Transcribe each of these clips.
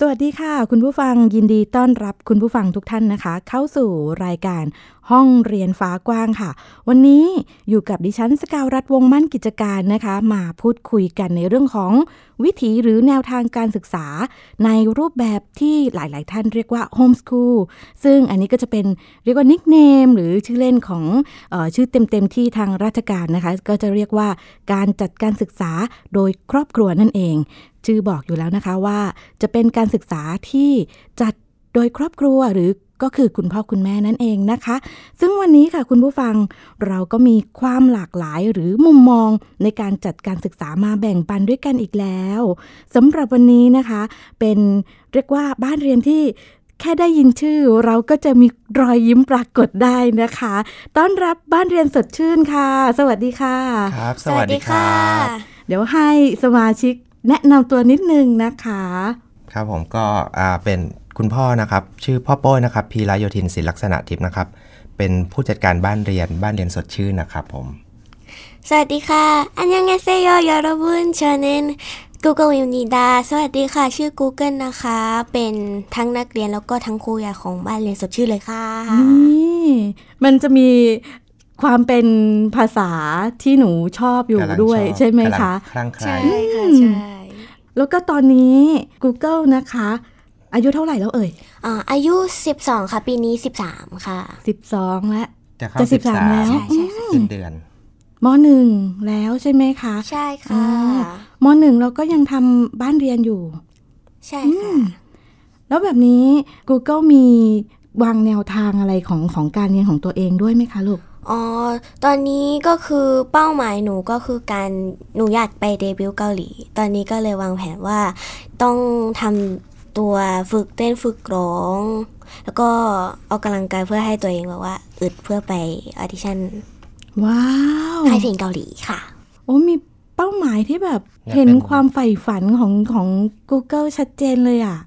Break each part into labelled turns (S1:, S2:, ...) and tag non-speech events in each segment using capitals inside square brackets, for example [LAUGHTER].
S1: สวัสดีค่ะ คุณผู้ฟังยินดีต้อนรับคุณผู้ฟังทุกท่านนะคะ เข้าสู่รายการห้องเรียนฟ้ากว้างค่ะ วันนี้อยู่กับดิฉันสกาวรัฐวงศ์มั่นกิจการนะคะ มาพูดคุยกันในเรื่องของวิถีหรือแนวทางการศึกษา ในรูปแบบที่หลาย ๆ ท่านเรียกว่าโฮมสคูลซึ่งอันนี้ก็จะเป็นเรียกว่านิกเนมหรือชื่อเล่นของเออชื่อเต็ม ๆ ที่ทางราชการนะคะ ก็จะเรียกว่าการจัดการศึกษาโดยครอบครัวนั่นเอง ชื่อบอกอยู่แล้วนะคะว่าจะเป็นการศึกษาที่จัดโดยครอบครัวหรือก็คือคุณพ่อคุณแม่นั่นเองนะคะ ซึ่งวันนี้ค่ะคุณผู้ฟังเราก็มีความหลากหลายหรือมุมมองในการจัดการศึกษามาแบ่งปันด้วยกันอีกแล้วสำหรับวันนี้นะคะ เป็นเรียกว่าบ้านเรียนที่แค่ได้ยินชื่อ เราก็จะมีรอยยิ้มปรากฏได้นะคะ ต้อนรับบ้านเรียนสดชื่นค่ะ สวัสดีค่ะ
S2: ครับ สวัสดีครับ
S1: เดี๋ยวให้สมาชิกแนะนำตัวนิดนึงนะคะ
S2: ครับผมก็อ่าเป็นคุณพ่อนะครับ ชื่อพ่อโป้ยนะครับ พีระโยธินศิลป์ลักษณะทิพย์นะครับ เป็นผู้จัดการบ้านเรียนบ้านเรียนสดชื่นนะครับผม
S3: สวัสดีค่ะ อันยังไงเซโยยอรบุนชาเนน Google วิวนีดา สวัสดีค่ะ ชื่อ Google นะคะ เป็นทั้งนักเรียนแล้วก็ทั้งครูใหญ่ของบ้านเรียนสดชื่อเลยค่ะ
S1: นี่มันจะมีความเป็นภาษาที่หนูชอบอยู่
S2: กำลัง
S1: ด้วย
S2: อบ
S1: ใช่ไหม
S2: กำลัง
S1: คะ
S2: คลั่งไคล้
S3: ใช่ค่ะ ใช่
S1: แล้วก็ตอนนี้ Google นะคะ อายุเท่าไหร่แล้วเอ่ย
S3: อ่าอายุ 12 ค่ะ ปีนี้ 13 ค่ะ
S1: 12 แล้ว
S2: จะเข้า
S1: จะ
S2: สิบสาม
S1: 13แล้ว
S3: ใช่ค่ะ
S2: สิ้นเดือน
S1: มหนึ่งแล้วใช่ไหมคะ
S3: ใช่ค่ะ
S1: อ่า มหนึ่งเราก็ยังทำบ้านเรียนอยู่
S3: ใช่ค่ะ
S1: แล้วแบบนี้ Google มีวางแนวทางอะไรของของการเรียนของตัวเองด้วยไหมคะลูก
S3: อ๋อ ตอนนี้ก็คือเป้าหมายหนูก็คือการหนูอยากไปเดบิวต์เกาหลี ตอนนี้ก็เลยวางแผนว่าต้องทำตัวฝึกเต้นฝึกร้อง แล้วก็ออกกำลังกายเพื่อให้ตัวเองแบบว่าอึดเพื่อไปออดิชั่น
S1: ว้าว
S3: ค่ายเพลงเกาหลีค่ะ
S1: โอ้มีเป้าหมายที่แบบ
S2: อยากเป็น
S1: เห็นความใฝ่ฝันของของ Google ชัดเจนเลยอ่ะ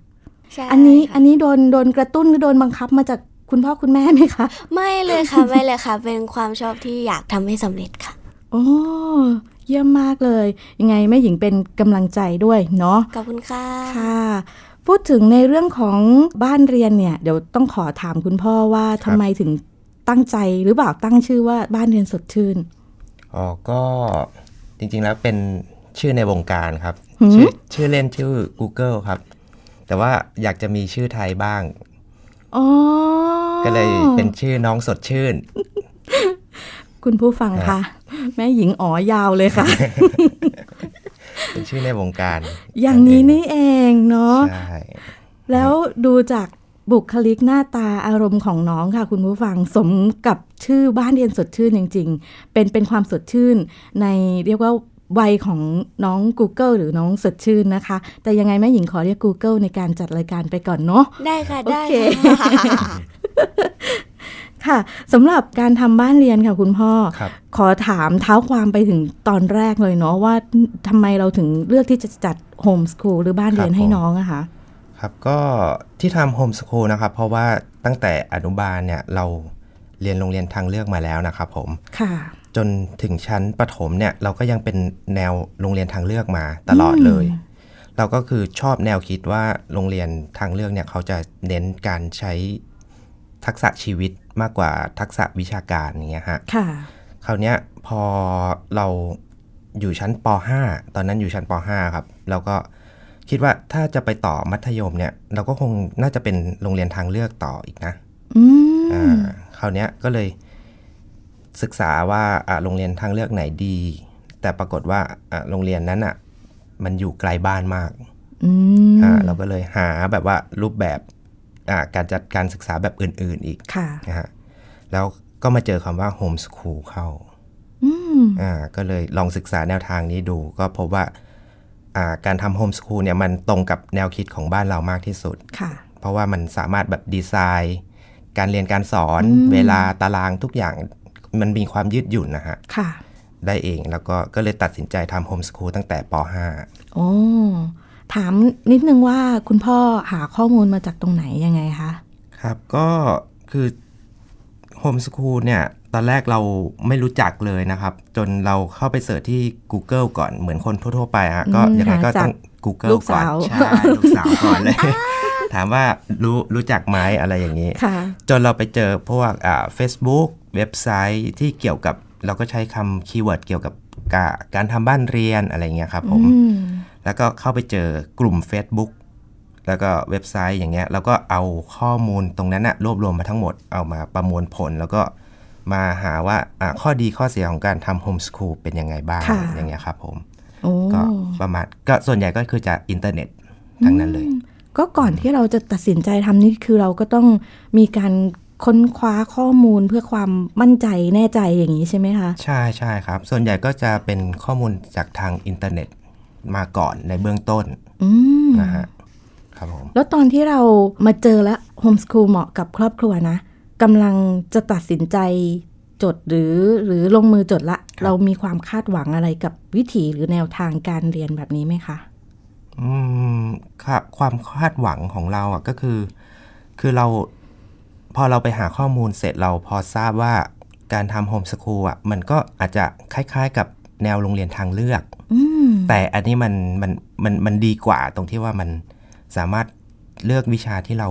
S3: ใช่
S1: อันนี้
S3: ค่ะ
S1: อันนี้โดนโดนกระตุ้นหรือโดนบังคับมาจากคุณพ่อคุณแม่ไหมคะ
S3: ไม่เลยค่ะ ไม่เลยค่ะ เป็นความชอบที่อยากทำให้สำเร็จค่ะ
S1: โอ้เยี่ยมมากเลย ยังไงแม่หญิงเป็นกำลังใจด้วยเนาะ
S3: ขอบคุณค่ะ
S1: ค่ะ พูดถึงในเรื่องของบ้านเรียนเนี่ย เดี๋ยวต้องขอถามคุณพ่อว่า
S2: ครั
S1: ทำ
S2: บ
S1: ไมถึงตั้งใจหรือเปล่าตั้งชื่อว่าบ้านเรียนสดชื่น
S2: อ๋อก็จริงๆแล้วเป็นชื่อในวงการครับ
S1: หืม
S2: ชื่อชื่อเล่นชื่อ Google ครับ แต่ว่าอยากจะมีชื่อไทยบ้าง
S1: อ๋อ
S2: ก็เลยเป็นชื่อน้องสดชื่น
S1: คุณผู้ฟัง
S2: ค
S1: คะ
S2: รับ
S1: แม่หญิงอ๋อยาวเลยค่ะ
S2: เป็นชื่อในวงการ
S1: อย่างนี้นี่เองเนาะ
S2: ใช่
S1: แล้วดูจากบุคลิกหน้าตาอารมณ์ของน้องค่ะ คุณผู้ฟังสมกับชื่อบ้านเรียนสดชื่นจริง ๆ เป็นเป็นความสดชื่น ในเรียกว่าวัยของน้อง Google หรือน้องสดชื่นนะคะ แต่ยังไงแม่หญิงขอเรียก Google ในการจัดรายการไปก่อนเนาะ
S3: ได้ค่ะ ได้
S1: โอเค
S3: ค่ะ [LAUGHS]
S1: ค่ะสำหรับการทำบ้านเรียนค่ะคุณพ่อ
S2: ครับ
S1: ขอถามเท้าความไปถึงตอนแรกเลยเนาะว่าทำไมเราถึงเลือกที่จะจัดโฮมสคูลหรือบ้านเรียนให้น้องอะคะ
S2: ครับก็ที่ทำโฮมส o ูลนะครับ เพราะว่าตั้งแต่อนุบาลเนี่ยเราเรียนโรงเรียนทางเลือกมาแล้วนะครับผม
S1: ค่ะ
S2: จนถึงชั้นประถมเนี่ยเราก็ยังเป็นแนวโรงเรียนทางเลือกมาตลอดเลย เราก็คือชอบแนวคิดว่าโรงเรียนทางเลือกเนี่ยเขาจะเน้นการใช้ทักษะชีวิตมากกว่าทักษะวิชาการอย่างเงี้ยฮะ
S1: ค่ะ
S2: คราวเนี้ยพอเราอยู่ชั้นป .5 ตอนนั้นอยู่ชั้นป .5 ครับ แล้วก็คิดว่าถ้าจะไปต่อมัธยมเนี่ย เราก็คงน่าจะเป็นโรงเรียนทางเลือกต่ออีกนะ
S1: อืม
S2: อ่าคราวเนี้ยก็เลยศึกษาว่าอ่ะโรงเรียนทางเลือกไหนดี แต่ปรากฏว่าอ่ะโรงเรียนนั้นอ่ะมันอยู่ไกลบ้านมาก
S1: อืม
S2: อ่าเราก็เลยหาแบบว่ารูปแบบอ่ะการจัดการศึกษาแบบอื่น ๆอีก
S1: ค่ะ
S2: นะฮะแล้วก็มาเจอคำว่าโฮมส o ูลเข้า
S1: อืม
S2: อ่าก็เลยลองศึกษาแนวทางนี้ดู ก็พบว่า อ่าการทำโฮมส o ูลเนี่ยมันตรงกับแนวคิดของบ้านเรามากที่สุด
S1: ค่ะ
S2: เพราะว่ามันสามารถแบบดีไซน์ การเรียนการสอน
S1: อืม
S2: เวลาตารางทุกอย่างมันมีความยืดหยุ่นนะฮะ
S1: ค่ะ
S2: ได้เองแล้วก็ก็เลยตัดสินใจทำโฮมส o ูลตั้งแต่ป .5
S1: โอ้ ถามนิดนึงว่าคุณพ่อหาข้อมูลมาจากตรงไหนยังไงคะ
S2: ครับก็คือโฮมส o ูลเนี่ย ตอนแรกเราไม่รู้จักเลยนะครับ จนเราเข้าไปเสิร์ชที่ Google ก่อนเหมือนคนทั่วๆไปฮะก็
S1: อืม
S2: ยังไงก็
S1: หาจาก
S2: ต้อง
S1: ลู
S2: Google
S1: ก
S2: ก่อน
S1: สาว
S2: ใช่ลูกสาวก่อนเลย [LAUGHS] ถามว่ารู้รู้จักไหมอะไรอย่างนี้
S1: ค่ะ
S2: จนเราไปเจอพวกอ่า Facebook เว็บไซต์ที่เกี่ยวกับเราก็ใช้คำคีย์เวิร์ดเกี่ยวกับกะการทำบ้านเรียนอะไรเงี้ยครับผม
S1: อืม
S2: แล้วก็เข้าไปเจอกลุ่ม Facebook แล้วก็เว็บไซต์อย่างเงี้ยแล้วก็เอาข้อมูลตรงนั้นนะรวบรวมมาทั้งหมดเอามาประมวลผล แล้วก็มาหาว่าอ่าข้อดีข้อเสียของการทำโฮมส o ูลเป็นยังไงบ้าง
S1: ค่ะ
S2: อย่างเงี้ยครับผม
S1: โอ้
S2: ก็ประมาณก็ส่วนใหญ่ก็คือจากอินเทอร์เน็ตทั้งนั้นเลย
S1: ก็ก่อนที่เราจะตัดสินใจทำนี่คือเราก็ต้องมีการค้นคว้าข้อมูลเพื่อความมั่นใจแน่ใจอย่างนี้ใช่ไหมคะ
S2: ใช่ใช่ครับ ส่วนใหญ่ก็จะเป็นข้อมูลจากทางอินเทอร์เน็ตมาก่อนในเบื้องต้น
S1: อืม
S2: นะฮะครับผม
S1: แล้วตอนที่เรามาเจอและโฮมส o ูลเหมาะกับครอบครัวนะกำลังจะตัดสินใจจดหรือหรือลงมือจดละ
S2: ครับ
S1: เรามีความคาดหวังอะไรกับวิถีหรือแนวทางการเรียนแบบนี้ไหมคะ
S2: อืมค่ะความคาดหวังของเราอ่ะก็คือ คือเราพอเราไปหาข้อมูลเสร็จเราพอทราบว่าการทำโฮมส o ูลอ่ะมันก็อาจจะคล้ายๆกับแนวโรงเรียนทางเลือก
S1: อืม
S2: แต่อันนี้มันมันมันมันดีกว่าตรงที่ว่ามันสามารถเลือกวิชาที่เรา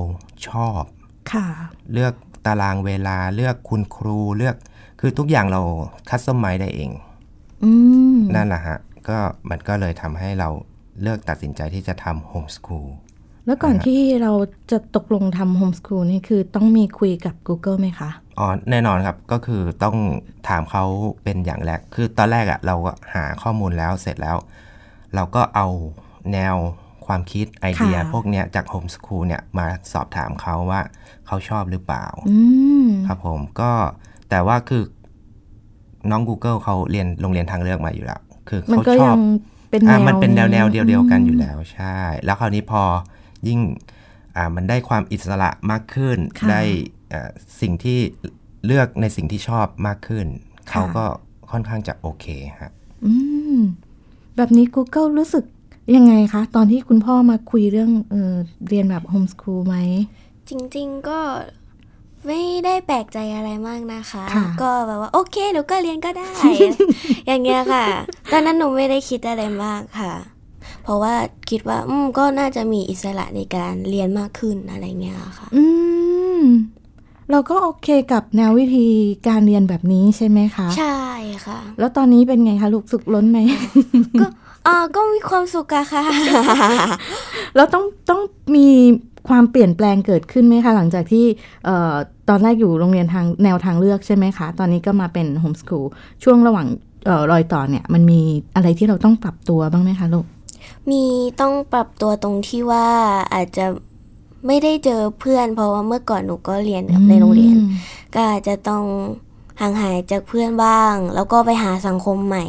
S2: ชอบ
S1: ค่ะ
S2: เลือกตารางเวลาเลือกคุณครูเลือกคือทุกอย่างเราคัสตอมไมได้เอง
S1: อืม
S2: นั่นแหละฮะ ก็มันก็เลยทำให้เราเลือกตัดสินใจที่จะทำโฮมส o ูล
S1: แล้วก่อน
S2: อ่าฮะ
S1: ที่เราจะตกลงทำโฮมส o ูลนี่คือต้องมีคุยกับ Google ไหมคะ
S2: อ๋อแน่นอนครับ ก็คือต้องถามเขาเป็นอย่างแรก คือตอนแรกอะเราก็หาข้อมูลแล้วเสร็จแล้ว เราก็เอาแนวความคิดไอเดีย
S1: ค่ะ
S2: พวกเนี้ยจากโฮมส o ูลเนี่ยมาสอบถามเขาว่าเขาชอบหรือเปล่า
S1: อืม
S2: ครับผมก็แต่ว่าคือน้อง Google เขาเรียนโรงเรียนทางเลือกมาอยู่แล้ว คือ
S1: มัน
S2: เขา
S1: ก็
S2: ช
S1: ยั
S2: อบ
S1: งเป็นแน
S2: อ่าว มันเป็นแนวแนวเดียวเดียวกันอยู่
S1: ม
S2: แล้วใช่ แล้วคราวนี้พอยิ่งอ่ามันได้ความอิสระมากขึ้น
S1: ค่ะ
S2: ได้อ่าสิ่งที่เลือกในสิ่งที่ชอบมากขึ้น
S1: ค่ะ
S2: เขาก็ค่อนข้างจะโอเคฮะ
S1: อืม แบบนี้ Google รู้สึกยังไงคะ ตอนที่คุณพ่อมาคุยเรื่องเออเรียนแบบโฮมส o ูลไหม
S3: จริงๆก็ไม่ได้แปลกใจอะไรมากนะคะ
S1: ค่ะ
S3: ก็แบบว่าโอเคหนูก็เรียนก็ได้
S1: [LAUGHS]
S3: อย่างเงี้ยค่ะ ตอนนั้นหนูไม่ได้คิดอะไรมากค่ะ เพราะว่าคิดว่าอืมก็น่าจะมีอิสระในการเรียนมากขึ้นอะไรเงี้ยค่ะ
S1: อืม เราก็โอเคกับแนววิธีการเรียนแบบนี้ใช่ไหมคะ
S3: ใช่ค่ะ
S1: แล้วตอนนี้เป็นไงคะลูกสุขล้นไหม
S3: อ่าก็มีความสุขอะ
S1: [LAUGHS]
S3: ค่ะ
S1: แล้วต้องต้องมีความเปลี่ยนแปลงเกิดขึ้นไหมคะ หลังจากที่เอ่อตอนแรกอยู่โรงเรียนทางแนวทางเลือกใช่ไหมคะ ตอนนี้ก็มาเป็นโฮมส o ูลช่วงระหว่างเอ่อรอยต่อเนี่ย มันมีอะไรที่เราต้องปรับตัวบ้างไหมคะลูก
S3: มีต้องปรับตัวตรงที่ว่าอาจจะไม่ได้เจอเพื่อน เพราะว่าเมื่อก่อนหนูก็เรียนในโรงเรียน ก็อาจจะต้องห่างหายจากเพื่อนบ้าง แล้วก็ไปหาสังคมใหม่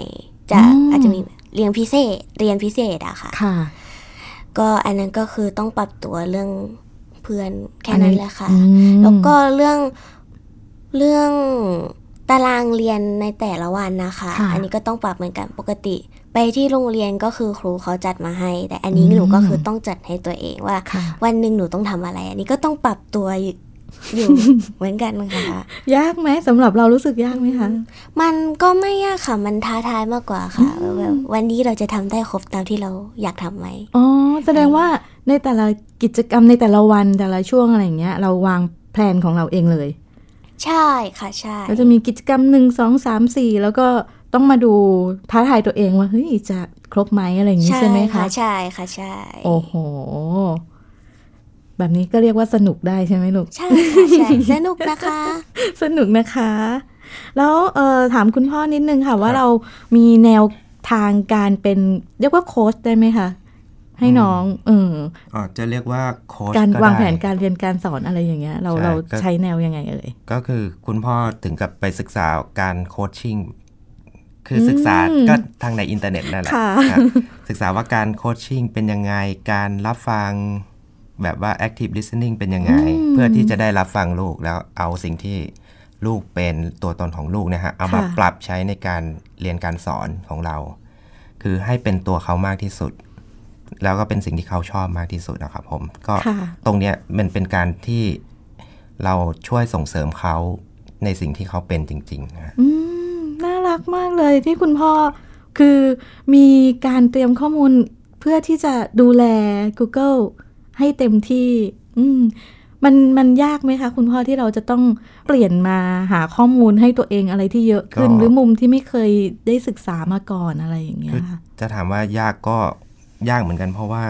S3: จาก
S1: อืม
S3: อาจจะมีเรียนพิเศษ เรียนพิเศษอะค่ะ
S1: ค่ะ
S3: ก็อันนั้นก็คือต้องปรับตัวเรื่องเพื่อนแค่นั้นแหละค่ะ
S1: อืม
S3: แล้วก็เรื่องเรื่องตารางเรียนในแต่ละวันนะคะ
S1: ค่ะ
S3: อันนี้ก็ต้องปรับเหมือนกันปกติ ไปที่โรงเรียนก็คือครูเขาจัดมาให้ แต่อันนี้
S1: อืม
S3: หนูก็คือต้องจัดให้ตัวเองว่า
S1: ค่ะ
S3: วันหนึ่งหนูต้องทำอะไร อันนี้ก็ต้องปรับตัวอยู่ อยู่เหมือนกันค่ะ
S1: ยากไหมสำหรับเรารู้สึกยากไหมคะ
S3: มันก็ไม่ยากค่ะ มันท้าทายมากกว่าค่ะแบบวันนี้เราจะทำได้ครบตามที่เราอยากทำไหม
S1: อ๋อ แสดงว่าในแต่ละกิจกรรมในแต่ละวันแต่ละช่วงอะไรอย่างเงี้ย เราวางแพลนของเราเองเลย
S3: ใช่ค่ะใช่
S1: เราจะมีกิจกรรมหนึ่งสองสามสี่แล้วก็ต้องมาดูท้าทายตัวเองว่าเฮ้ยจะครบไหมอะไรอย่างนี้ใช่ไหมคะ
S3: ใช่ค่ะใช่
S1: โอ้โห แบบนี้ก็เรียกว่าสนุกได้ใช่ไหมลูก
S3: ใช่ค่ะใช่สนุกนะคะ
S1: สนุกนะคะ แล้วเอ่อถามคุณพ่อนิดนึงค่ะ ว่า
S2: ครับ
S1: เรามีแนวทางการเป็นเรียกว่าโค้ชได้ไหมคะ ให้น้องเออ
S2: อ๋อจะเรียกว่าโค้ช
S1: การ
S2: ก็
S1: วางแผน
S2: ได้
S1: การเรียนการสอนอะไรอย่างเงี้ย เรา
S2: ใช่
S1: เรา
S2: ก็
S1: ใช้แนวยังไงเอ่ย
S2: ก็คือคุณพ่อถึงกับไปศึกษาการโคชชิ่ง คือศึกษาก็ทางในอินเทอร์เน็ตนั่นแหละ
S1: ค่ะ
S2: ครับศึกษาว่าการโคชชิ่งเป็นยังไง การรับฟังแบบว่า active listening เป็นยังไง เพื่อที่จะได้รับฟังลูกแล้วเอาสิ่งที่ลูกเป็นตัวตนของลูกนะฮะเอามา
S1: ค่ะ
S2: ปรับใช้ในการเรียนการสอนของเรา คือให้เป็นตัวเขามากที่สุด แล้วก็เป็นสิ่งที่เขาชอบมากที่สุดนะครับผมก็
S1: ค่ะ
S2: ตรงเนี้ยมันเป็นการที่เราช่วยส่งเสริมเขาในสิ่งที่เขาเป็นจริงๆนะฮะ
S1: อืมน่ารักมากเลยที่คุณพ่อคือมีการเตรียมข้อมูลเพื่อที่จะดูแล Google ให้เต็มที่ อืมมันมันยากไหมคะ คุณพ่อที่เราจะต้องเปลี่ยนมาหาข้อมูลให้ตัวเองอะไรที่เยอะขึ้น
S2: ก็
S1: หรือมุมที่ไม่เคยได้ศึกษามาก่อนอะไรอย่างเงี้ยค่ะ
S2: จะถามว่ายากก็ยากเหมือนกัน เพราะว่า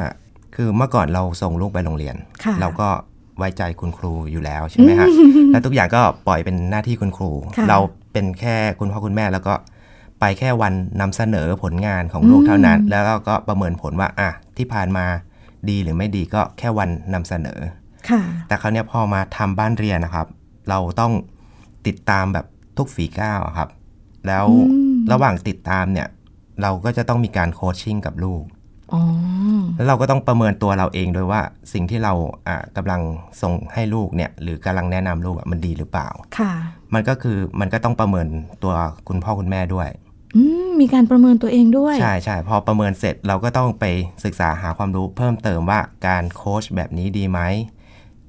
S2: คือเมื่อก่อนเราส่งลูกไปโรงเรียน
S1: ค่ะ
S2: เราก็ไว้ใจคุณครูอยู่แล้วใช่ไหมฮะ
S1: [LAUGHS]
S2: แล้วทุกอย่างก็ปล่อยเป็นหน้าที่คุณครู เราเป็นแค่คุณพ่อคุณแม่แล้วก็ไปแค่วันนำเสนอผลงานของลูกเท่านั้น แล้วเราก็ประเมินผลว่าอ่ะที่ผ่านมาดีหรือไม่ดีก็แค่วันนำเสนอ
S1: ค่ะ
S2: แต่คราวเนี้ยพอมาทำบ้านเรียนนะครับ เราต้องติดตามแบบทุกฝีก้าวอะครับ แล้ว
S1: อืม
S2: ระหว่างติดตามเนี่ย เราก็จะต้องมีการโคชชิ่งกับลูก
S1: อ๋อ
S2: แล้วเราก็ต้องประเมินตัวเราเองด้วยว่าสิ่งที่เราอ่ะกำลังส่งให้ลูกเนี่ย หรือกำลังแนะนำลูกอะมันดีหรือเปล่า
S1: ค่ะ
S2: มันก็คือมันก็ต้องประเมินตัวคุณพ่อคุณแม่ด้วย
S1: อืมมีการประเมินตัวเองด้วย
S2: ใช่ใช่พอประเมินเสร็จเราก็ต้องไปศึกษาหาความรู้เพิ่มเติมว่าการโค้ชแบบนี้ดีไหม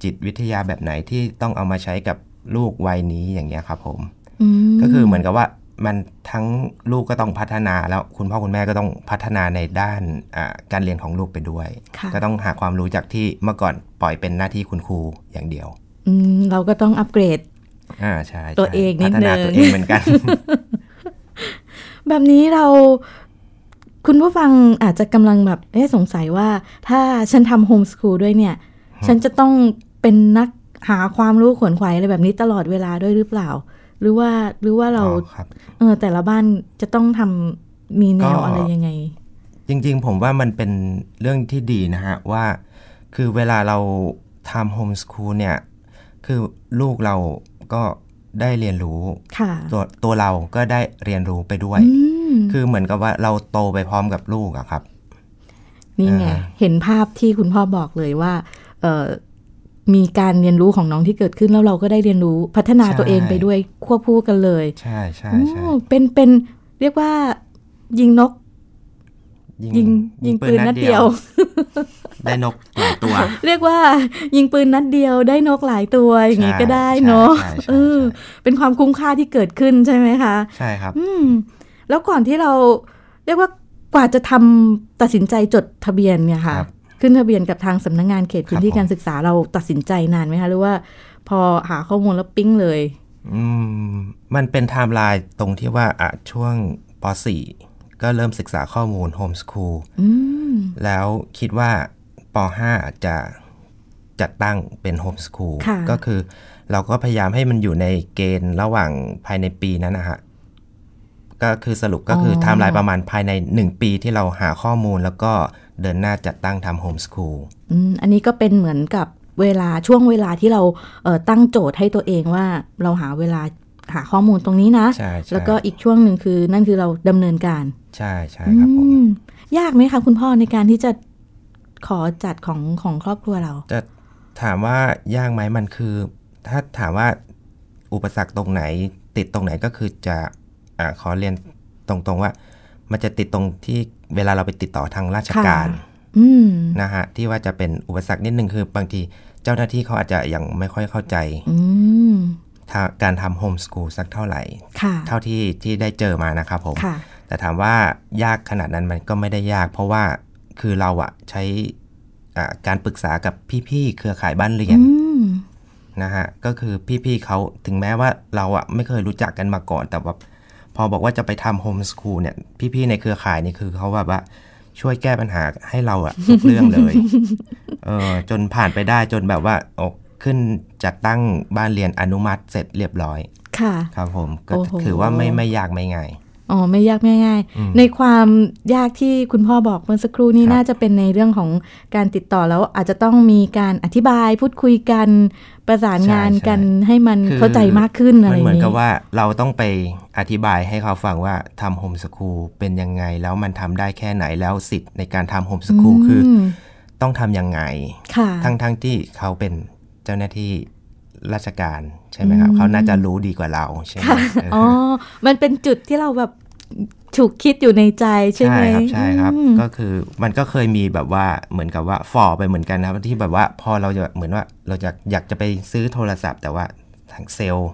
S2: จิตวิทยาแบบไหนที่ต้องเอามาใช้กับลูกวัยนี้อย่างเงี้ยครับผม
S1: อืม
S2: ก็คือเหมือนกับว่ามันทั้งลูกก็ต้องพัฒนาแล้วคุณพ่อคุณแม่ก็ต้องพัฒนาในด้านอ่าการเรียนของลูกไปด้วย
S1: ค่ะ
S2: ก็ต้องหาความรู้จากที่เมื่อก่อนปล่อยเป็นหน้าที่คุณครูอย่างเดียว
S1: อืมเราก็ต้องอัปเกรด
S2: อ่าใช่ใช่
S1: ตัวเองนิด
S2: พัฒนา
S1: นึง
S2: ตัวเองเหมือนกัน
S1: แบบนี้เราคุณผู้ฟังอาจจะกำลังแบบเอ๊ะสงสัยว่า ถ้าฉันทำโฮมส o ูลด้วยเนี่ย ฉันจะต้องเป็นนักหาความรู้ขวนขวายอะไรแบบนี้ตลอดเวลาด้วยหรือเปล่า หรือว่าหรือว่าเรา
S2: อ๋อครับ
S1: เออแต่ละบ้านจะต้องทำมีแนว
S2: ก็
S1: อะไรยังไง
S2: จริงๆ ผมว่ามันเป็นเรื่องที่ดีนะฮะ ว่าคือเวลาเราทำโฮมส o ูลเนี่ย คือลูกเราก็ได้เรียนรู้
S1: ค่ะ
S2: ตัวตัวเราก็ได้เรียนรู้ไปด้วย
S1: อืม
S2: คือเหมือนกับว่าเราโตไปพร้อมกับลูกอะครับ
S1: นี่ไง
S2: อ่า
S1: เห็นภาพที่คุณพ่อบอกเลยว่าเออมีการเรียนรู้ของน้องที่เกิดขึ้นแล้วเราก็ได้เรียนรู้พัฒนาตัวเองไปด้วยควบคู่กันเลย
S2: ใช่ใช่ใช่
S1: โอ้เป็นเป็นเรียกว่ายิงนก ยิงยิงปืนนัดเดียว
S2: ได้นกหลายตัว
S1: เรียกว่า [LAUGHS] ยิงปืนนัดเดียวได้นกหลายตัวอย่างงี้
S2: ใช่
S1: ก็ได้
S2: ใช่
S1: เนาะ
S2: ใช่ใช่
S1: เออ
S2: ใช่
S1: เป็นความคุ้มค่าที่เกิดขึ้นใช่ไหมคะ
S2: ใช่ครับ
S1: อืม แล้วก่อนที่เราเรียกว่ากว่าจะทำตัดสินใจจดทะเบียนเนี่ยค่ะ
S2: ครับ
S1: ขึ้นทะเบียนกับทางสำนักงานเขตพื้นที่
S2: ครับผม
S1: การศึกษาเราตัดสินใจนานไหมคะหรือว่า พอหาข้อมูลแล้วปิ๊งเลย
S2: อืมมันเป็นไทม์ไลน์ตรงที่ว่าอะช่วงป .4 ก็เริ่มศึกษาข้อมูลโฮมส o ูล
S1: อืม
S2: แล้วคิดว่าป .5 จะจัดตั้งเป็นโฮมส o ูล
S1: ค่ะ
S2: ก็คือเราก็พยายามให้มันอยู่ในเกณฑ์ระหว่างภายในปีนั้นนะฮะ ก็คือสรุปก็คืออไทม์ไลน์ประมาณภายใน 1 ปีที่เราหาข้อมูลแล้วก็เดินหน้าจัดตั้งทำโฮมส o ูล
S1: อืมอันนี้ก็เป็นเหมือนกับเวลาช่วงเวลาที่เราเอ่อตั้งโจทย์ให้ตัวเองว่าเราหาเวลาหาข้อมูลตรงนี้นะ
S2: ใช่ใช่
S1: แล้วก็อีกช่วงหนึ่งคือนั่นคือเราดำเนินการ
S2: ใช่ใช่ครับผม
S1: อืมยากไหมคะคุณพ่อในการที่จะขอจัดของของครอบครัวเรา
S2: จะถามว่ายากไหมมันคือ ถ้าถามว่าอุปสรรคตรงไหน ติดตรงไหนก็คือจะอ่าขอเรียนตรงๆว่า มันจะติดตรงที่เวลาเราไปติดต่อทางราชการ
S1: ค่ะ อืม
S2: นะฮะที่ว่าจะเป็นอุปสรรคนิดนึงคือบางทีเจ้าหน้าที่เขาอาจจะยังไม่ค่อยเข้าใจ
S1: อืม
S2: ทาการทำโฮมส o ูลสักเท่าไหร่
S1: ค่ะ
S2: เท่าที่ที่ได้เจอมานะครับผม
S1: ค่ะ
S2: แต่ถามว่ายากขนาดนั้นมันก็ไม่ได้ยาก เพราะว่าคือเราอะใช้อ่าการปรึกษากับพี่ๆเครือข่ายบ้านเรียน
S1: อืม
S2: นะฮะก็คือพี่ๆเขาถึงแม้ว่าเราอะไม่เคยรู้จักกันมาก่อน แต่ว่าพอบอกว่าจะไปทำโฮมส o ูลเนี่ยพี่ๆในเครือข่ายนี่คือเขาแบบว่าช่วยแก้ปัญหาให้เราอะทุกเรื่องเลย เออจนผ่านไปได้จนแบบว่าออกขึ้นจัดตั้งบ้านเรียนอนุมัติเสร็จเรียบร้อย
S1: ค่ะ
S2: ครับผมก็
S1: โอ้โห
S2: ถือว่าไม่ไม่ยากไม่ง่าย
S1: อ๋อไม่ยากไม่ง่าย
S2: อืม
S1: ในความยากที่คุณพ่อบอกเมื่อสักครู่นี้
S2: ครับ
S1: น่าจะเป็นในเรื่องของการติดต่อแล้วอาจจะต้องมีการอธิบายพูดคุยกัน ประสานงาน
S2: ใช่ใช่
S1: กันให้มัน
S2: คือ
S1: เข้าใจมากขึ้นอะไรอ
S2: มัเห
S1: ย่าง
S2: มือน
S1: นี้
S2: กับว่าเราต้องไปอธิบายให้เขาฟังว่าทำโฮมส o ูลเป็นยังไง แล้วมันทำได้แค่ไหนแล้วสิทธิ์ในการทำโฮมส o ูลคือ
S1: ม
S2: ต้องทำยังไง
S1: ค่ะ
S2: ทั้งทั้งที่เขาเป็นเจ้าหน้าที่ราชการใช่ไหมครับ เขาน่าจะรู้ดีกว่าเราใช่ไหมเอออ
S1: อ๋อ มันเป็นจุดที่เราแบบถูกคิดอยู่ในใจใช่ไหม
S2: ใช่ครับใช่ครับ
S1: อืม
S2: ก็คือมันก็เคยมีแบบว่าเหมือนกับว่าฝ่อไปเหมือนกันนะครับ ที่แบบว่าพอเราจะเหมือนว่าเราจะอยากจะไปซื้อโทรศัพท์ แต่ว่าทางเซลล์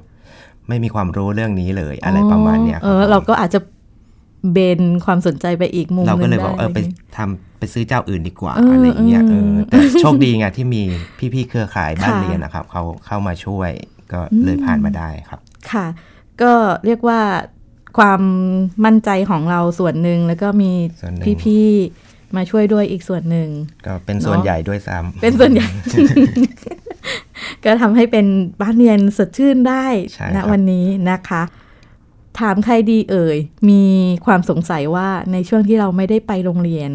S2: ไม่มีความรู้เรื่องนี้เลยอะไรประมาณเนี้ยค
S1: เอ
S2: รับ
S1: อ
S2: ผม
S1: เราก็อาจจะเบนความสนใจไปอีกมุม
S2: เราก็เลย
S1: ห
S2: บ
S1: นึ่
S2: อง
S1: ได้
S2: กเออไป
S1: ลย
S2: ทำไปซื้อเจ้าอื่นดีกว่า
S1: เอออ
S2: อะไรอย่างเงี้ย
S1: เอ
S2: เอ
S1: อ
S2: อแต่ [LAUGHS] โชคดีไงที่มีพี่ๆเครือข่ายบ้าน
S1: ค่ะ
S2: เรียนนะครับเขาเข้ามาช่วยก็เลยผ่านมาได้ครับ
S1: ค่ะ ก็เรียกว่าความมั่นใจของเราส่วนหนึ่งแล้วก็มี
S2: ส่วนหนึ่ง
S1: พี่ๆมาช่วยด้วยอีกส่วนหนึ่ง
S2: ก็เป็นส่วน
S1: เนอะ
S2: ใหญ่ด้วยซ้ำ
S1: เป็นส่วนใหญ่ [LAUGHS] ก็ทำให้เป็นบ้านเรียนสดชื่นได้
S2: ใช่ค
S1: ณ
S2: รับ
S1: วันนี้นะคะ ถามใครดีเอ่ย มีความสงสัยว่าในช่วงที่เราไม่ได้ไปโรงเรียน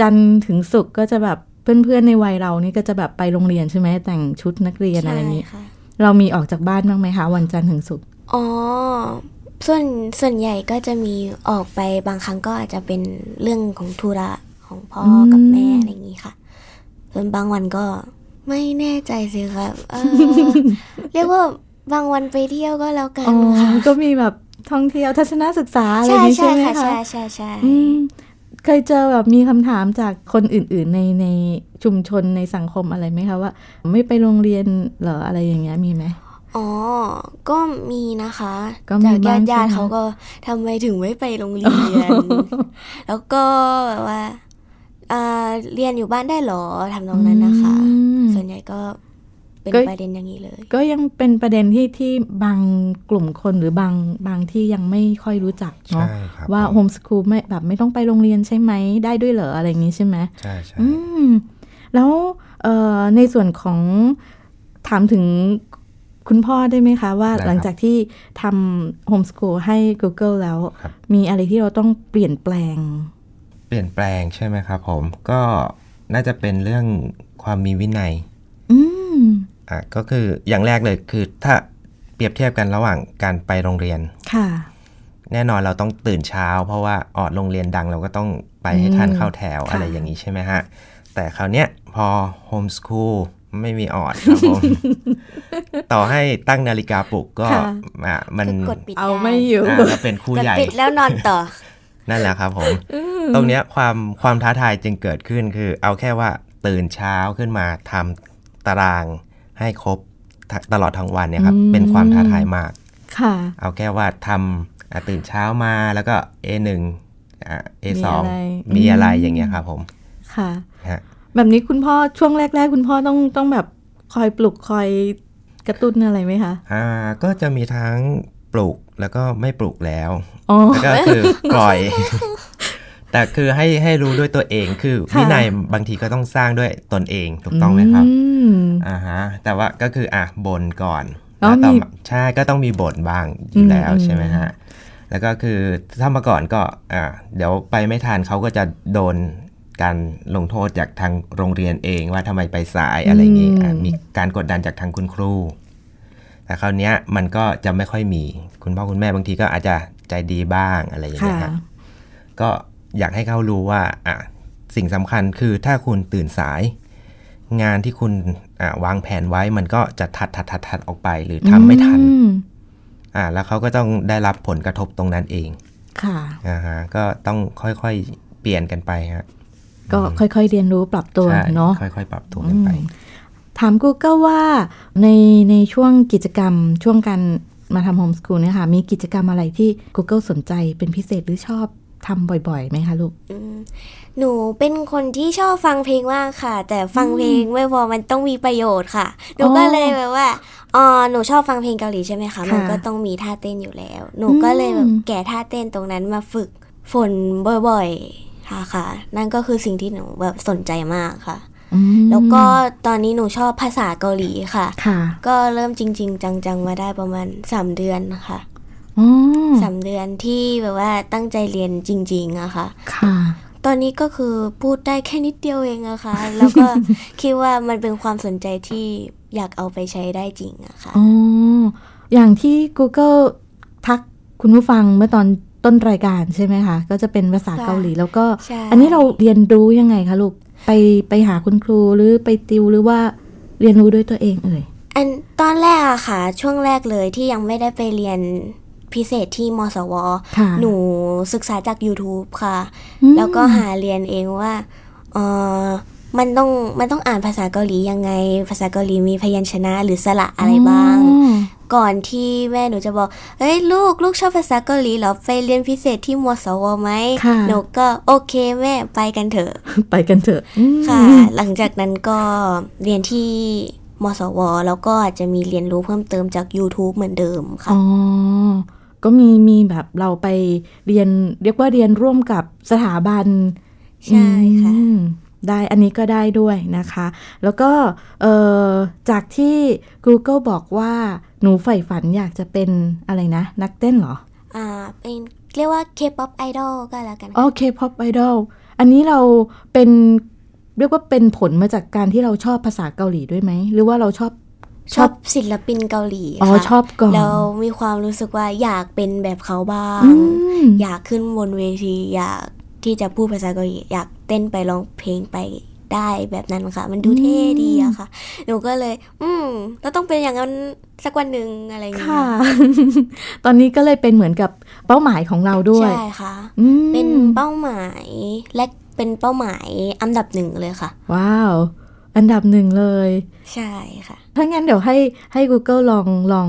S1: จันทร์ถึงศุกร์ก็จะแบบเพื่อนๆในวัยเรานี่ก็จะแบบไปโรงเรียนใช่ไหมแต่งชุดนักเรียนอะไรอย่างนี้
S3: ใช่ค่ะ
S1: เรามีออกจากบ้านบ้างไหมคะ วันจันทร์ถึงศุกร์
S3: อ๋อ ส่วนส่วนใหญ่ก็จะมีออกไปบางครั้งก็อาจจะเป็นเรื่องของธุระของพ่ออกับแม่อะไรอย่างนี้ค่ะ ส่วนบางวันก็ไม่แน่ใจสิครับเอ่อ
S1: [LAUGHS]
S3: เรียกว่าบางวันไปเที่ยวก็แล้วกัน
S1: อ๋อ
S3: ค่ะ
S1: ก็มีแบบท่องเที่ยวทัศนศึกษาอะไรอ
S3: ใช่
S1: ย่างนี้
S3: ใช่
S1: ใช่ไหม
S3: ค่ะ
S1: คะ
S3: ใช่ใช่ใช่
S1: อืมเคยเจอแบบมีคำถามจากคนอื่น ๆ ในในชุมชนในสังคมอะไรไหมคะว่า ไม่ไปโรงเรียนเหรออะไรอย่างเงี้ยมีไหม
S3: อ๋อ ก็มีนะคะ
S1: ก็มี
S3: จาก
S1: บ้า
S3: ญาง ติญาติ
S1: ใช่ไหม
S3: เขาก็ทำไมถึงไม่ไปโรงเรียน [LAUGHS] แล้วก็แบบว่าอ่าเรียนอยู่บ้านได้เหรอทำนองนั้นนะคะ
S1: อืม
S3: ส่วนใหญ่ก็เป็น
S1: ก็
S3: ประเด็นอย่างนี้เลย
S1: ก็ยังเป็นประเด็นที่ที่บางกลุ่มคนหรือบางบางที่ยังไม่ค่อยรู้จักเนาะ
S2: ใช่ครับ
S1: ว่าโฮมส o ูลไม่แบบไม่ต้องไปโรงเรียนใช่ไหม ได้ด้วยเหรออะไรอย่างงี้ใช่ไหม
S2: ใช่ใช่
S1: อืมแล้วเอ่อในส่วนของถามถึงคุณพ่อได้ไหมคะ ว่าหลังจากที่ทำโฮมส o ูลให้ Google แล้ว
S2: ครับ
S1: มีอะไรที่เราต้องเปลี่ยนแปลง
S2: เปลี่ยนแปลงใช่ไหมครับผมก็น่าจะเป็นเรื่องความมีวินัย
S1: อืม
S2: อ่ะก็คืออย่างแรกเลยคือถ้าเปรียบเทียบกันระหว่างการไปโรงเรียน
S1: ค่ะ
S2: แน่นอนเราต้องตื่นเช้า เพราะว่าออดโรงเรียนดังเราก็ต้องไปให้ท่านเข้าแถว
S1: ค่ะ
S2: อะไรอย่างนี้ใช่ไหมฮะ แต่คราวเนี้ยพอโฮมส o ูลไม่มีออ
S3: [LAUGHS]
S2: ดครับผม ต่อให้ตั้งนาฬิกาปลุกก็อ่ะมัน
S3: คือกดปิด
S1: เอา
S3: ด้
S1: ไม่อยู่
S2: อ่ะก็เป็นคู่
S3: กด
S2: ใหญ่
S3: ปิดแล้วนอนต่อ
S2: นั่นแหละครับผม ตรงเนี้ยความความท้าทายจึงเกิดขึ้นคือ เอาแค่ว่าตื่นเช้าขึ้นมาทำตารางให้ครบทะตลอดทั้งวันเนี่ยครับ
S1: อืม
S2: เป็นความท้าทายมาก
S1: ค่ะ
S2: เอาแค่ว่าทำอ่ะตื่นเช้ามาแล้วก็ A1 อ่ะ A2
S1: มีอะไร
S2: มีอะไร
S1: อืม
S2: อย่างเงี้ยครับผม
S1: ค่ะ
S2: ฮะ
S1: แบบนี้คุณพ่อช่วงแรก ๆ คุณพ่อต้องต้องแบบคอยปลุกคอยกระตุ้นอะไรไหมคะ
S2: อ่าก็จะมีทั้งปลุกแล้วก็ไม่ปลุกแล้ว
S1: อ๋อ
S2: แล้วก็คือ ป
S1: [LAUGHS]
S2: ล่อย แต่คือให้ให้รู้ด้วยตัวเองคือ
S1: ค่ะ
S2: วินัยบางทีก็ต้องสร้างด้วยตนเองถูกต้องไหมครับ
S1: อืม
S2: อ่าฮะแต่ว่าก็คืออ่ะบ่นก่อน
S1: อ๋อ
S2: แล้วต่อ
S1: มี
S2: มาใช่ก็ต้องมีบ่นบ้างอยู่แล้ว
S1: อืม
S2: ใช่ไหมฮะแล้วก็คือถ้ามาก่อนก็อ่าเดี๋ยวไปไม่ทันเขาก็จะโดนการลงโทษจากทางโรงเรียนเองว่าทำไมไปสายอะไรอย่างงี้อ่ะมีการกดดันจากทางคุณครู แต่คราวเนี้ยมันก็จะไม่ค่อยมีคุณพ่อคุณแม่บางทีก็อาจจะใจดีบ้างอะไรอย่างเงี้
S1: ค่ะ
S2: ยฮะ ก็อยากให้เขารู้ว่าอ่ะสิ่งสำคัญคือถ้าคุณตื่นสาย งานที่คุณอ่ะวางแผนไว้มันก็จะถัดถัดถัดถัดออกไป หรือทำไม่ทัน
S1: อืม
S2: อ่ะแล้วเขาก็ต้องได้รับผลกระทบตรงนั้นเอง
S1: ค่ะ
S2: นะฮะก็ต้องค่อยๆ เปลี่ยนกันไปฮะ
S1: ก็ค่อยๆเรียนรู้ปรับตัว
S2: ใช่
S1: เนาะ
S2: ค่อยๆ ปรับตัวกันไป
S1: อืม ถาม Google ว่าในในช่วงกิจกรรมช่วงการมาทำโฮมส o ูลเนี่ยค่ะมีกิจกรรมอะไรที่ Google สนใจเป็นพิเศษหรือชอบทำบ่อยๆไหมคะลูก
S3: หนูเป็นคนที่ชอบฟังเพลงมากค่ะ แต่ฟังเพลงไม่พอมันต้องมีประโยชน์ค่ะหนูก็
S1: อ๋อ
S3: เลยแบบว่าอ๋อหนูชอบฟังเพลงเกาหลีใช่ไหมคะมันก็ต้องมีท่าเต้นอยู่แล้ว หนูก็เลยแบบ
S1: อืม
S3: แก่ท่าเต้นตรงนั้นมาฝึกฝนบ่อยๆค่ะค่ะ นั่นก็คือสิ่งที่หนูแบบสนใจมากค่ะ
S1: อืม
S3: แล้วก็ตอนนี้หนูชอบภาษาเกาหลีค่ะ
S1: ค่ะ
S3: ก็เริ่มจริง ๆ จังๆมาได้ประมาณ 3 เดือนนะคะ
S1: อ๋อ
S3: สามเดือนที่แบบว่าตั้งใจเรียนจริง ๆอะค่ะ
S1: ค่ะ
S3: ตอนนี้ก็คือพูดได้แค่นิดเดียวเองอะค่ะ [LAUGHS] แล้วก็คิดว่ามันเป็นความสนใจที่อยากเอาไปใช้ได้จริงอะค่ะ
S1: อ๋อ อย่างที่ Google ทักคุณผู้ฟังเมื่อตอนต้นรายการใช่ไหมคะ ก็จะเป็นภาษา
S3: ค่ะ
S1: เกาหลีแล้วก็
S3: ใช่
S1: อันนี้เราเรียนรู้ยังไงคะลูก ไปไปหาคุณครูหรือไปติวหรือว่าเรียนรู้ด้วยตัวเองเอ่ย
S3: อันตอนแรกอะค่ะ ช่วงแรกเลยที่ยังไม่ได้ไปเรียนพิเศษที่มสว
S1: ค่ะ
S3: หนูศึกษาจาก YouTube ค่ะ
S1: อืม
S3: แล้วก็หาเรียนเองว่าเออมันต้องมันต้องอ่านภาษาเกาหลียังไง ภาษาเกาหลีมีพยัญชนะหรือสระอะไรบ้าง
S1: อ๋อ
S3: ก่อนที่แม่หนูจะบอก เฮ้ยลูกลูกชอบภาษาเกาหลีเหรอ ไปเรียนพิเศษที่มสวไหม
S1: ค่ะ
S3: หนูก็โอเคแม่ไปกันเถอะ
S1: ไปกันเถอะอืม
S3: ค่ะ หลังจากนั้นก็เรียนที่มสว แล้วก็จะมีเรียนรู้เพิ่มเติมจาก YouTube เหมือนเดิมค่ะ
S1: อ๋อ ก็มีมีแบบเราไปเรียนเรียกว่าเรียนร่วมกับสถาบัน
S3: ใช่ค่ะ
S1: อืมได้อันนี้ก็ได้ด้วยนะคะ แล้วก็เอ่อจากที่ Google บอกว่าหนูใฝ่ฝันอยากจะเป็นอะไรนะ นักเต้นเหรอ
S3: อ่าเป็นเรียกว่า K-pop idol ก็แล้วกัน
S1: โอ
S3: ค่ะ
S1: เคพ p อ i ไอดอลอันนี้เราเป็นเรียกว่าเป็นผลมาจากการที่เราชอบภาษาเกาหลีด้วยไหม หรือว่าเราชอบ
S3: ชอบศิลปินเกาหลี
S1: อ๋อ
S3: ค่ะ
S1: ชอบก่อน
S3: แล้วมีความรู้สึกว่าอยากเป็นแบบเขาบ้าง
S1: อืม
S3: อยากขึ้นบนเวที อยากที่จะพูดภาษาเกาหลีอยากเต้นไปร้องเพลงไปได้แบบนั้นค่ะ มันดูเท่ดีอะค่ะ หนูก็เลย อืมเราต้องเป็นอย่างนั้นสักวันหนึ่งอะไรอย่างเงี้ย
S1: ค่ะ [LAUGHS] ตอนนี้ก็เลยเป็นเหมือนกับเป้าหมายของเราด้วย
S3: ใช่ค่ะ
S1: อืม
S3: เป็นเป้าหมายและเป็นเป้าหมายอันดับหนึ่งเลยค่ะ
S1: ว้าว อันดับหนึ่งเลย
S3: ใช่ค่ะ
S1: ถ้างั้นเดี๋ยวให้ให้ Google ลองลอง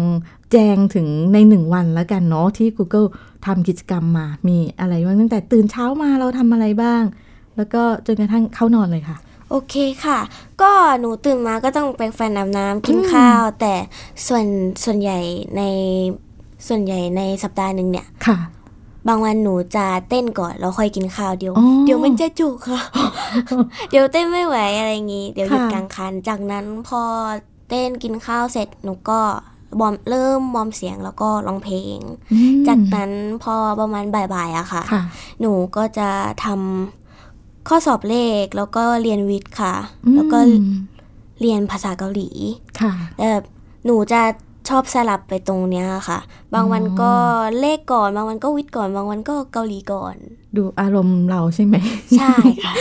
S1: แจงถึงในหนึ่งวันแล้วกันเนาะที่ Google ทำกิจกรรมมา มีอะไรบ้างตั้งแต่ตื่นเช้ามาเราทำอะไรบ้าง แล้วก็จนกระทั่งเข้านอนเลยค่ะ
S3: โอเคค่ะ ก็หนูตื่นมาก็ต้องแปรงฟันอาบน้ำกินข้าว แต่ส่วนส่วนใหญ่ในส่วนใหญ่ในสัปดาห์หนึ่งเนี่ย
S1: ค่ะ
S3: บางวันหนูจะเต้นก่อนแล้วค่อยกินข้าวเดียว
S1: อ๋อ
S3: เดี๋ยวมันจะจุก
S1: [LAUGHS]
S3: ค่ะ เดี๋ยวเต้นไม่ไหวอะไรอย่างงี้ เดี๋ยวหยุด
S1: ค่ะ
S3: กลางคัน จากนั้นพอเต้นกินข้าวเสร็จหนูก็บอร์มเริ่มบอร์มเสียงแล้วก็ร้องเพลง
S1: อืม
S3: จากนั้นพอประมาณบ่ายๆอะค่ะ
S1: ค่ะ
S3: หนูก็จะทำข้อสอบเลขแล้วก็เรียนวิทย์ค่ะ แล้วก็
S1: อืม
S3: เรียนภาษาเกาหลี
S1: ค่ะ
S3: แต่หนูจะชอบสลับไปตรงเนี้ยค่ะ บางวันก็เลขก่อน บางวันก็วิทย์ก่อน บางวันก็เกาหลีก่อน
S1: ดูอารมณ์เราใช่ไหม [LAUGHS]
S3: ใช่ค่ะ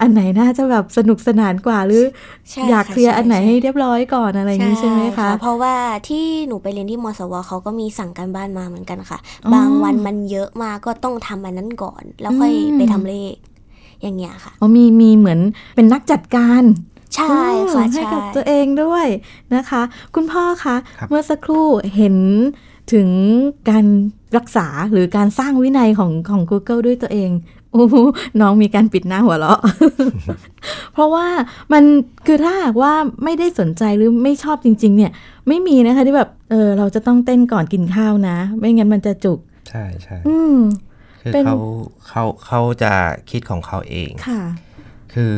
S1: อันไหนน่าจะแบบสนุกสนานกว่าหรือ
S3: ใช่
S1: อยาก
S3: ะ
S1: เคลียร์อันไหน
S3: ช่
S1: ให้เรียบร้อยก่อนอะไรอย่างนี้ใช่ไหมคะ
S3: เพราะว่าที่หนูไปเรียนที่มสวเขาก็มีสั่งการบ้านมาเหมือนกันค่ะ
S1: อ๋อบ
S3: างวันมันเยอะมากก็ต้องทำอันนั้นก่อน แล้วค่อย
S1: อืม
S3: ไปทำเลข อย่างเงี้ยค่ะ
S1: อ๋อมีมีเหมือนเป็นนักจัดการ
S3: ใช่ค่ะ
S1: อืมให้
S3: ใช่
S1: กับตัวเองด้วยนะคะ คุณพ่อคะ
S2: ครับ
S1: เมื่อสักครู่เห็นถึงการรักษาหรือการสร้างวินัยของของ Google ด้วยตัวเองโอ้โหน้องมีการปิดหน้าหัวเราะ [LAUGHS] เพราะว่ามันคือถ้าหากว่าไม่ได้สนใจหรือไม่ชอบจริง ๆ เนี่ย ไม่มีนะคะที่แบบเออเราจะต้องเต้นก่อนกินข้าวนะ ไม่งั้นมันจะจุก
S2: ใช่ใช่
S1: อืม
S2: คือ
S1: เป็น
S2: เขาเขาเขาจะคิดของเขาเอง
S1: ค่ะ
S2: คือ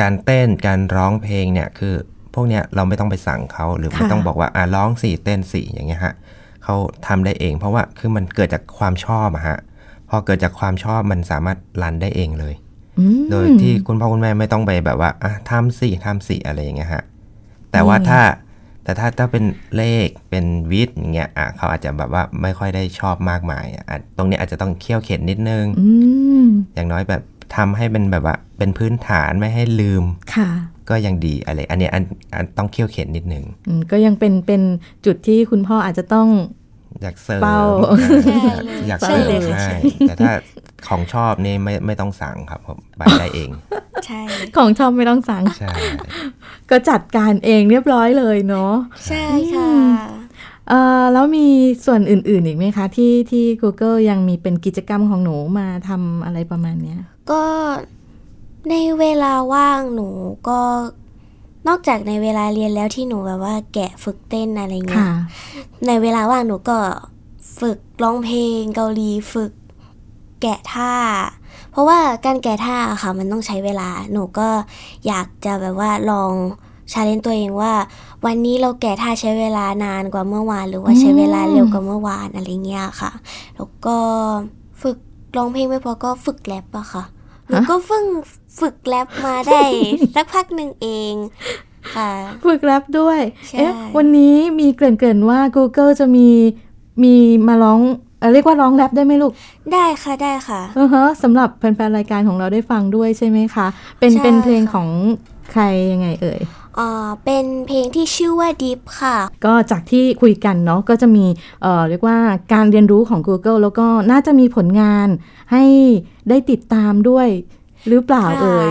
S2: การเต้นการร้องเพลงเนี่ยคือพวกเนี้ยเราไม่ต้องไปสั่งเขาหรือ
S1: ค่ะ
S2: ไม่ต้องบอกว่าอ่ะร้องสี่เต้นสี่อย่างเงี้ยฮะเขาทำได้เอง เพราะว่าคือมันเกิดจากความชอบอะฮะพอเกิดจากความชอบมันสามารถรันได้เองเลย
S1: อืม
S2: โดยที่คุณพ่อคุณแม่ไม่ต้องไปแบบว่าอ่ะทำสี่ทำสี่อะไรอย่างเงี้ยฮะแต่ว่าถ้าแต่ถ้าถ้าเป็นเลขเป็นวิทย์อย่างเงี้ยอ่ะเขาอาจจะแบบว่าไม่ค่อยได้ชอบมากมายอ่ะตรงเนี้ยอาจจะต้องเคี่ยวเข็นนิดนึง
S1: อืม
S2: อย่างน้อยแบบทำให้เป็นแบบว่าเป็นพื้นฐานไม่ให้ลืม
S1: ค่ะ
S2: ก็ยังดีอะไร อันเนี้ยอันอันต้องเคี่ยวเข็นนิดนึง
S1: อืมก็ยังเป็นเป็นจุดที่คุณพ่ออาจจะต้อง
S2: อยากเสริม
S1: เป้า
S2: อยากอยากเสริ
S3: ใช่เล
S2: ม
S3: ยค่ะ
S2: ให้แต่ถ้าของชอบนี่ไม่ไม่ต้องสั่งครับผมไปได้เอง
S3: ใช่
S1: ของชอบไม่ต้อง
S3: [LAUGHS]
S1: สั่ง
S2: ใช่
S1: ก็จัดการเองเรียบร้อยเลยเนาะ
S3: ใช่ค่ะ
S1: เอ่อแล้วมีส่วนอื่น ๆ อีกไหมคะที่ที่ Google ยังมีเป็นกิจกรรมของหนูมาทำอะไรประมาณเนี้ย
S3: ก็ในเวลาว่างหนูก็นอกจากในเวลาเรียนแล้วที่หนูแบบว่าแกะฝึกเต้นอะไรเงี้ย
S1: ค่ะ
S3: ในเวลาว่างหนูก็ฝึกร้องเพลงเกาหลีฝึกแกะท่า เพราะว่าการแกะท่าอะค่ะ มันต้องใช้เวลาหนูก็อยากจะแบบว่าลอง ชาเลนตัวเองว่า วันนี้เราแก่ท่าใช้เวลานานกว่าเมื่อวาน หรือว่าใช้เวลาเร็วกว่าเมื่อวานอะไรเงี้ยค่ะ แล้วก็ฝึกร้องเพลงไม่พอก็ฝึกแรปอะค่ะหนูก็เพิ่งฝึกแรปมาได้ สักพักหนึ่งเองค่ะ
S1: ฝึกแรปด้วย
S3: ใช่
S1: เอ๊ะ วันนี้มีเกริ่นๆว่า Google จะมีมีมาร้องเอ่อเรียกว่าร้องแรปได้ไหมลูก
S3: ได้ค่ะได้ค่ะ
S1: เออฮะสำหรับแฟนๆรายการของเราได้ฟังด้วยใช่ไหมคะ เป็น
S3: ใช่
S1: เป็นเพลง
S3: ค่ะ
S1: ของใครยังไงเอ่ย
S3: อ่าเป็นเพลงที่ชื่อว่า Deep ค่ะ
S1: ก็จากที่คุยกันเนาะก็จะมีเอ่อเรียกว่าการเรียนรู้ของ Google แล้วก็น่าจะมีผลงานให้ได้ติดตามด้วย หรือเปล่าเอ่ย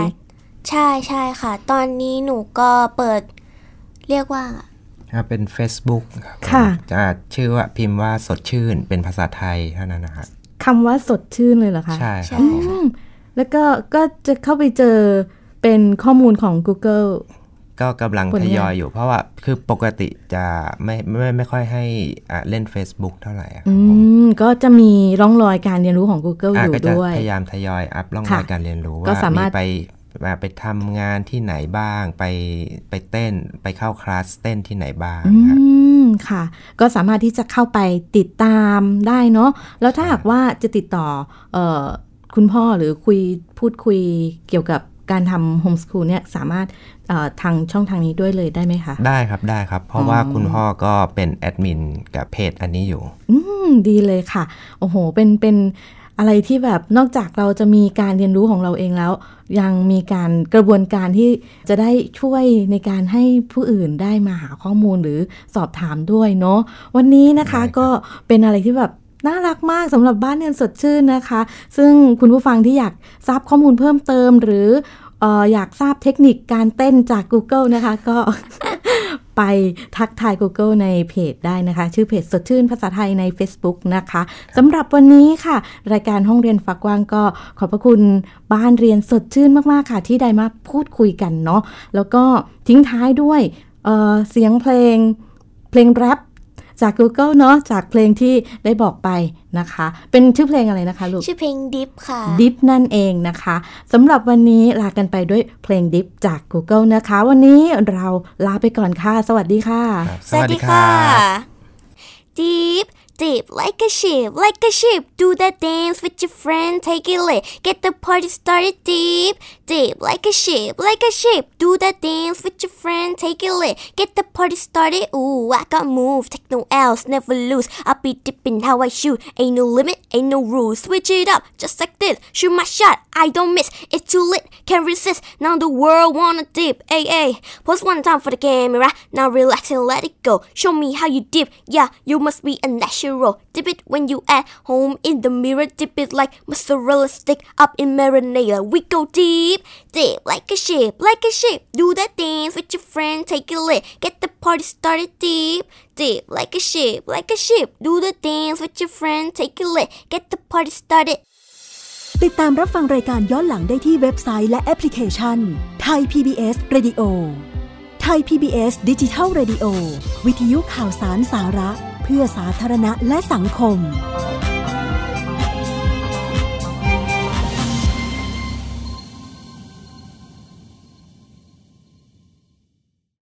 S3: ใช่ใช่ค่ะ ตอนนี้หนูก็เปิดเรียกว่า
S2: อ่าเป็น Facebook ครับผม
S1: ค่ะ
S2: อ่าชื่อว่าพิมพ์ว่าสดชื่นเป็นภาษาไทยเท่านั้นนะครับ
S1: คำว่าสดชื่นเลยเหรอคะ
S2: ใช่ค
S3: ใช่
S2: รับผม
S1: อืมแล้วก็ก็จะเข้าไปเจอเป็นข้อมูลของ Google
S2: ก็กำลัง
S1: ผลงาน
S2: ทยอยอยู่เพราะว่าคือปกติจะไม่ไม่ไม่ค่อยให้อ่าเล่น Facebook เท่าไหร่อะค
S1: อื
S2: รับผม
S1: มก็จะมีร่องรอยการเรียนรู้ของ Google
S2: อ่า
S1: อยู่
S2: ก็จะ
S1: ด้วย
S2: พยายามทยอยอัพร่องรอย
S1: ค่ะ
S2: การเรียนรู้
S1: ก็
S2: ว่า
S1: สามารถ
S2: ไปมาไปทำงานที่ไหนบ้าง ไปไปเต้นไปเข้าคลาสเต้นที่ไหนบ้าง
S1: อื
S2: ฮะ
S1: มค่ะ ก็สามารถที่จะเข้าไปติดตามได้เนาะแล้วถ้าหากว่าจะติดต่อเอ่อคุณพ่อหรือคุยพูดคุยเกี่ยวกับการทำโฮมส o ูลเนี่ยสามารถเอ่อทางช่องทางนี้ด้วยเลยได้ไหมคะ
S2: ได้ครับได้ครับ เพราะว่าคุณพ่อก็เป็นแอดมินกับเพจอันนี้อยู่
S1: อืมดีเลยค่ะ โอ้โห เป็น เป็นอะไรที่แบบนอกจากเราจะมีการเรียนรู้ของเราเองแล้ว ยังมีการกระบวนการที่จะได้ช่วยในการให้ผู้อื่นได้มาหาข้อมูลหรือสอบถามด้วยเนาะ วันนี้นะคะ
S2: ได้ครับ
S1: ก็เป็นอะไรที่แบบน่ารักมากสำหรับบ้านเรียนสดชื่นนะคะ ซึ่งคุณผู้ฟังที่อยากทราบข้อมูลเพิ่มเติมหรือเอออยากทราบเทคนิคการเต้นจาก Google นะคะก็ [LAUGHS] ไปทักทาย Google ในเพจได้นะคะ ชื่อเพจสดชื่นภาษาไทยใน Facebook นะคะสำหรับวันนี้ค่ะ รายการห้องเรียนฟักกว้างก็ขอบพระคุณบ้านเรียนสดชื่นมาก ๆ ค่ะ ที่ได้มาพูดคุยกันเนาะแล้วก็ทิ้งท้ายด้วยเอ่อเสียงเพลงเพลงแรปจาก Google เนาะจากเพลงที่ได้บอกไปนะคะ เป็นชื่อเพลงอะไรนะคะลูก
S3: ชื่อเพลง Deep ค่ะ
S1: ดิฟนั่นเองนะคะสำหรับวันนี้ลากันไปด้วยเพลงดิฟจาก Google นะคะ วันนี้เราลาไปก่อนค่ะ สวัสดีค่ะ
S2: ครับ
S3: สวัสดีค่ะ Deep Deep like a ship like a ship do the dance with your friend take it lit get the party started deep Deep like a ship like a ship do the dance with your friend take it lit get the party started ooh I got move take no else never lose I'll be dipping how I shoot ain't no limit ain't no rules switch it up just like this shoot my shot I don't miss it's too lit can't resist now the world wanna dip ay ay pause one time for the camera now relax and let it go show me how you dip yeah you must be a natural dip it when you at home in the mirror dip it like mozzarella stick up in marinade we go deep deep like a ship like a ship do that dance with your friend take a lick get the party started deep deep like a ship like a ship do the dance with your friend take a lick get the party started
S4: ติดตามรับฟังรายการย้อนหลังได้ที่เว็บไซต์และแอปพลิเคชันไทย PBS Radio ไทย PBS ดิจิทัล Radio วิทยุข่าวสารสาระ เพื่อสาธารณะและสังคม